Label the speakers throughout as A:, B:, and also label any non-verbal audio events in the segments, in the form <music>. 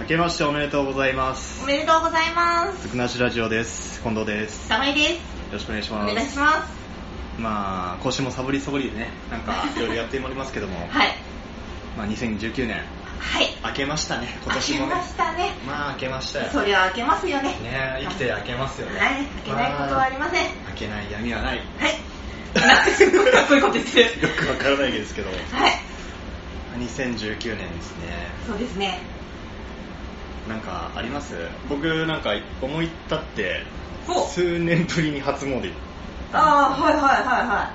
A: 明けましておめでとうございます
B: おめでとうございます。
A: ずくなしラジオです近藤ですよ
B: さまいです。
A: ろしくお願いし
B: お
A: ま
B: 願い
A: す
B: します。
A: まあ今週もサボりサボりでねなんかいろいろやっておりますけども、
B: はい。
A: まあ、2019年
B: はい。
A: 明けましたね今年も
B: 明
A: ね
B: けましたね。
A: まあ明けましたよ
B: そりゃ明けますよね。
A: ね生きて明けますよね
B: はい。明けないことはありません。はい。
A: まあ明けない闇はないよ
B: なん <laughs> かすっごいかっこいいこと言ってる。
A: くわからないですけど
B: はい。
A: 2019年ですね
B: そうですね。
A: なんかあります僕なんか思い立って
B: お
A: 数年ぶりに初詣行っ
B: ああ、はいはいはいは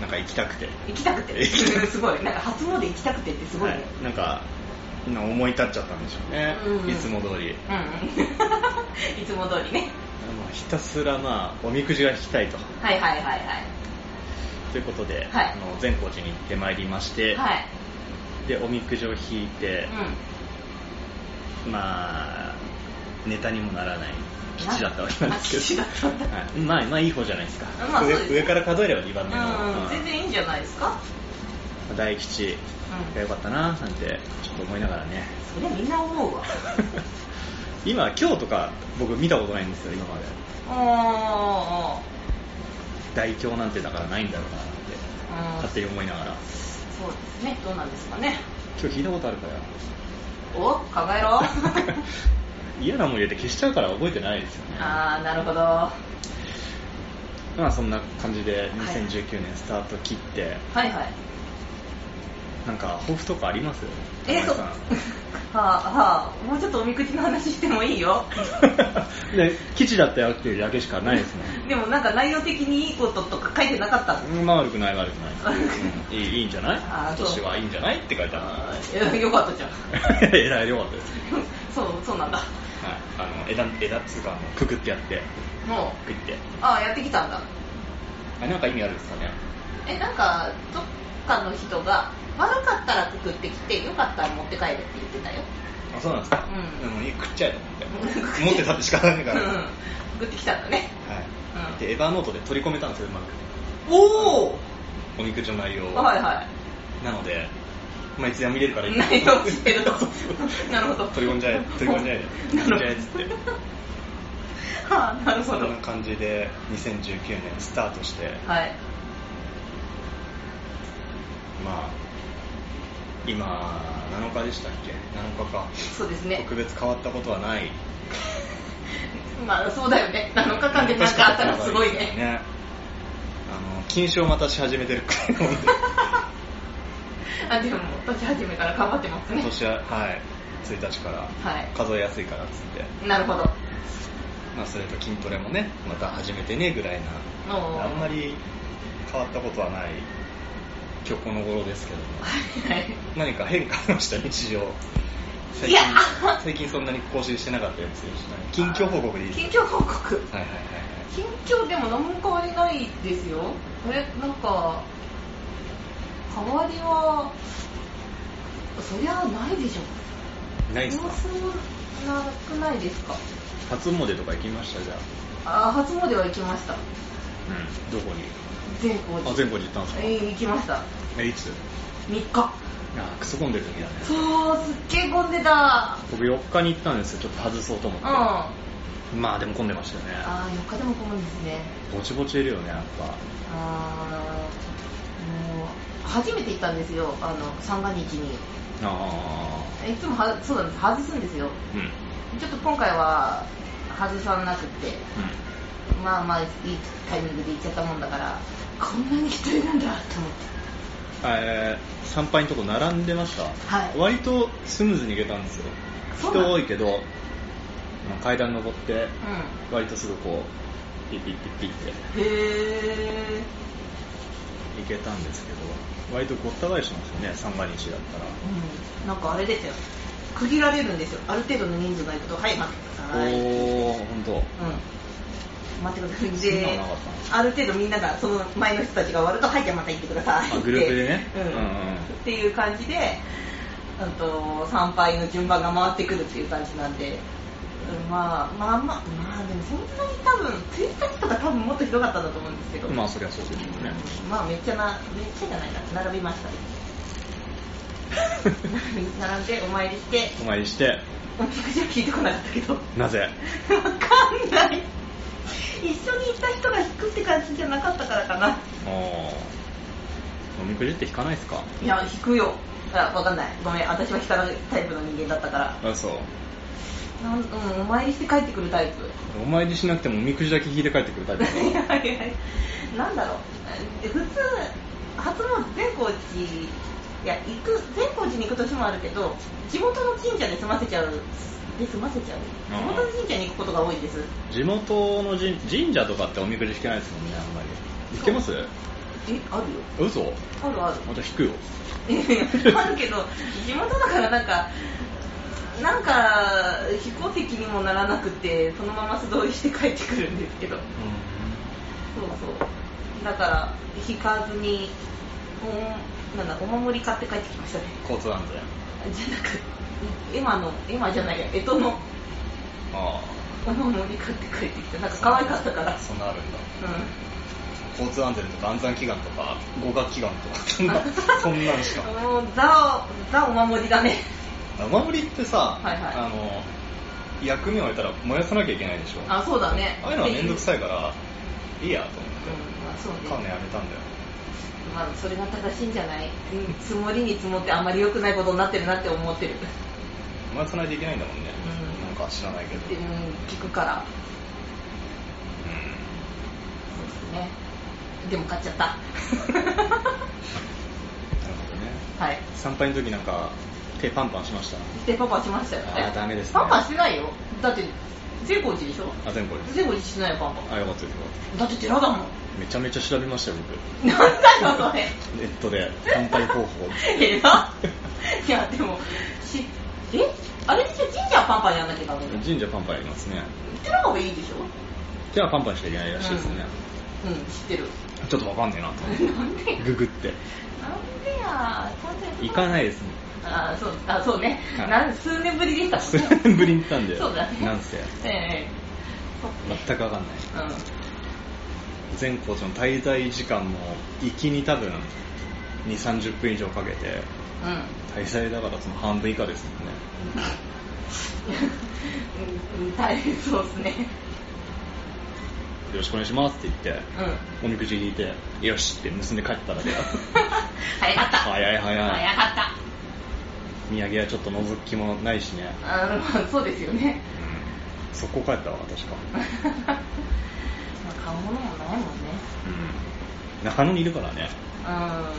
A: なんか行きたくて
B: い。行きたく <laughs> て。
A: 行きたくて
B: すごい。なんか初詣行きたくてってすごいね。
A: はいなんか今思い立っちゃったんでしょうね、
B: うん
A: いつも通り
B: うん。 <laughs> いつも通りね。
A: まあひたすらまあおみくじが引きたいと
B: はいはいはいはい。
A: ということで、
B: はい
A: あの善光寺に行ってまいりまして、
B: はい。
A: でおみくじを引いて、
B: う
A: まあネタにもならない吉だったわけなんですけど
B: あ吉だったんだ
A: はいまあまあいい方じゃないですか、
B: まあそう
A: 上
B: ですね
A: 上から数えれば2番目の、
B: ん。うん。全
A: ま
B: 然いいんじゃないですか。
A: あ大吉
B: うん
A: が良かったななんてちょっと思いながらね <laughs>
B: それみんな思うわ。
A: 今今日とか僕見たことないんですよ今まで
B: おー。
A: 大凶なんてだからないんだろうななんて
B: うん
A: 勝手に思いながら
B: そうですね、どうなんですかね。
A: 今日引いたことあるから
B: お考
A: <laughs>
B: えろ。
A: 嫌なもん入れて消しちゃうから覚えてないですよね
B: あー、なるほど。は
A: まあそんな感じで2019年スタート切って、
B: いはい。
A: なんか抱負とかあります
B: え、
A: お前
B: そう。 <laughs>
A: さ
B: は
A: ん
B: あ、はあ、もうちょっとおみくじの話してもいいよ。
A: ね基地だったよっていうだけしかないですね
B: でもなんか内容的にいいこととか書いてなかったの
A: うんまあ悪くない悪くない、うんいいいいんじゃない
B: あ
A: 今
B: ーそう
A: 年はいいんじゃないって書いてあ <laughs>
B: あーえよかったじゃん。
A: るえらいよかったです、
B: そう、そうなんだ。
A: はい、あの枝枝っつうかあのくくってやって
B: もう、
A: くくって
B: あー、やってきたんだ。
A: あなんか意味あるんですかね
B: え、なんか、どっかの人が、悪かったらくくってきて、よかったら持って帰るって言ってたよ。
A: あそうなんですか、
B: う
A: うん、食っちゃえと思って
B: うん
A: 持ってたって仕方な
B: <laughs> う
A: い
B: ん
A: から、は。
B: 送ってきたんだね。
A: い、
B: うん
A: でエヴァノートで取り込めたんですようまく
B: おお
A: おみくじの内容を
B: はいはい。
A: なので、まあ、いつでも見れるからいい
B: 内容を知ってるとなるほど
A: 取り込んじゃえ取り込んじゃえ取り込んじゃえっつって
B: は <laughs> あな
A: <laughs>
B: る
A: そ
B: ほど
A: んな感じで2019年スタートして
B: はい
A: まあ今7日でしたっけ7日か
B: そうですね
A: 特別変わったことはない
B: まあそうだよね7日間で何かあったらすごいね
A: <laughs> ねあの禁酒をまたし始めてるくらいなの
B: <laughs>
A: で
B: あでも年始めから頑張ってますね
A: 今年ははい1日から
B: はい
A: 数えやすいからっつって、
B: なるほど
A: まあ、それと筋トレもねまた始めてねぐらい
B: おー
A: なあんまり変わったことはない今日この頃ですけども
B: はい
A: 何か変化ありました日常最
B: い
A: 近
B: や
A: 最近そんなに更新してなかったやつですね近況報告でいいです
B: 近況報告
A: かはいはい
B: 近況でも何も変わりないですよえなんか変わりはそりゃないでしょ
A: はいないですか
B: 様子もなくないですか
A: 初詣とか行きましたじゃあ、
B: あ初詣は行きました
A: どこに
B: 全校
A: あ前後に行ったんですか
B: えー行きました
A: えいつ
B: 3日
A: あクソ混んでる時だね
B: そうすっげえ混んでた
A: 僕4日に行ったんですよちょっと外そうと思
B: う
A: っ
B: ん
A: て、
B: あ
A: まあでも混んでましたよね
B: あ4日でも混むんですね
A: ぼちぼちいるよねやっぱ
B: ああもう初めて行ったんですよあの三が日に
A: あ
B: いつもはそうなんです外すんですよ
A: ーうんうん
B: ちょっと今回は外さなくてまあまあいいタイミングで行っちゃったもんだからこんなに人いるんだと思って
A: えー参拝のとこ並んでました、
B: はい
A: 割とスムーズに行けたんですよ
B: そうなの
A: 人多いけど、まあ階段登って
B: う
A: 割とすぐこうピッピッピッピッって
B: んへえ
A: 行けたんですけど割とごった返しますよね三が日だったら
B: うんなんかあれですよ区切られるんですよある程度の人数がいくとはい待ってくださいうん
A: おお本当。そんなのなかったんで
B: 待ってくださいで
A: す
B: ある程度みんながその前の人たちが終わるとはいじゃあまた行ってください
A: あ
B: って
A: グループでね
B: うん
A: うんうん
B: っていう感じであと参拝の順番が回ってくるっていう感じなんでうんまあまあまあまあでもそんなに多分1日とか多分もっとひどかったんだと思うんですけど
A: まあそりゃそうですよね <laughs>
B: まあめっちゃなめっちゃじゃないな並びましたね並んでお参りして
A: お参りして
B: おみくじは聞いてこなかったけど <laughs>
A: な <laughs> ぜ
B: わかんない一緒に行った人が引くって感じじゃなかったからかな
A: おーおみくじって引かないですか
B: いや引くよあわかんないごめん私は引かないタイプの人間だったから
A: あそう
B: なんうんお参りして帰ってくるタイプ
A: お参りしなくてもおみくじだけ引いて帰ってくるタイプだ
B: <laughs> いやいやいやなんだろうえ普通初詣善光寺いや行く善光寺に行く年もあるけど地元の神社で済ませちゃうで済ませちゃう
A: あー
B: 地元の神社に行くことが多いです
A: 地元の神神社とかっておみくじ引けないですもんねあんまり引けます
B: えあるよ
A: 嘘
B: あるある
A: また引くよ
B: いやいや <laughs> あるけど地元だからなんかなんか非公的にもならなくてそのまま素通りして帰ってくるんですけどそうそうだから引かずにおなんだお守り買って帰ってきましたね
A: 交通安全
B: じゃなく今の今じゃないや干支の
A: あ
B: お守り買って帰ってきたなんか可愛かったから
A: あそんなあるんだ
B: う
A: 交通安全とか安産祈願とか合格祈願とかそん
B: ん
A: なそんなんしか
B: <laughs> もうザおザお守りだね
A: お守りってさ、
B: はいはい
A: あの役目を終えたら燃やさなきゃいけないでしょ
B: あそうだね
A: ああいうのは面倒くさ
B: い
A: いからいいやと思
B: うんまあそう
A: って
B: ね
A: 買うのやめたんだよ
B: まあ、それが正しいんじゃないうん積もりに積もってあんまり良くないことになってるなって思ってる、
A: 燃やさないといけないんだもんね、
B: うん
A: なんか知らないけど、
B: うん、聞くから
A: う
B: そうですねでも買っちゃった
A: ん
B: <laughs>
A: なるほどね
B: はい
A: 参拝の時なんか手パンパンしました
B: でパパしましたよ
A: あーダメですね
B: パパしてないよだって善光寺でしょ
A: あ全部です
B: 善光寺しないよパパ
A: あよかったですよかっ
B: だって寺だもん
A: ためちゃめちゃ調べましたよ僕
B: なんだよそれ
A: ネットで参拝方法
B: えらいやでもしえあれでしょ神社はパンパンやんなきゃダメだよ
A: 神社パンパンありますね
B: 寺はいいでしょ
A: じゃあパンパンしかいけないらしいですね、
B: うん知ってる
A: ちょっとわかんねえなと思っ
B: なん
A: <laughs>
B: で
A: てググって
B: なんでや、ちゃんとやって
A: 行かない
B: い。
A: ですもん
B: あそうあそうね、
A: はい
B: なん数年ぶりでした
A: 数
B: もんね。
A: 年ぶりに行ったんで
B: そうだね。
A: なんせ
B: ええそっ
A: 全くわかんない
B: かうん。
A: 全校長の滞在時間も行きに多分2 3 0分以上かけて滞在だからその半分以下ですもんね
B: うん。うん大変そうですね。
A: よろしくお願いしますって言って
B: うん。
A: お
B: <laughs>
A: みくじ引いてよしって結んで帰った <laughs> らで
B: 早かった。
A: 早い早い
B: 早かった。
A: 土産はちょっと覗く気もないしね、
B: あまあそうですよね。 <laughs>
A: うん、そこ帰ったわ確か、
B: まあ買うものもないもんね。
A: うん、中野にいるからね
B: うん。別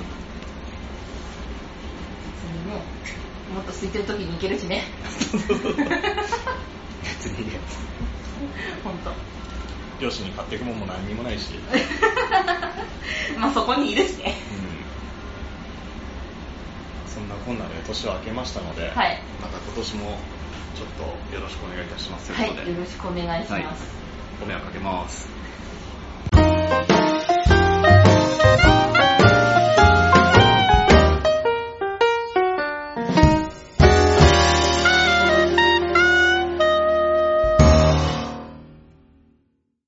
B: にね、もっと空いてる時に行けるしね。
A: 別にね
B: 本当。
A: 両親に買っていくもんも何にもないし、
B: まあそこにいるしね。
A: うん、そんなこんなで年は明けましたので、
B: はい
A: また今年もちょっとよろしくお願いいたしますと
B: はい
A: う
B: い、
A: ことで、
B: よろしくお願いします。
A: はいご迷惑かけます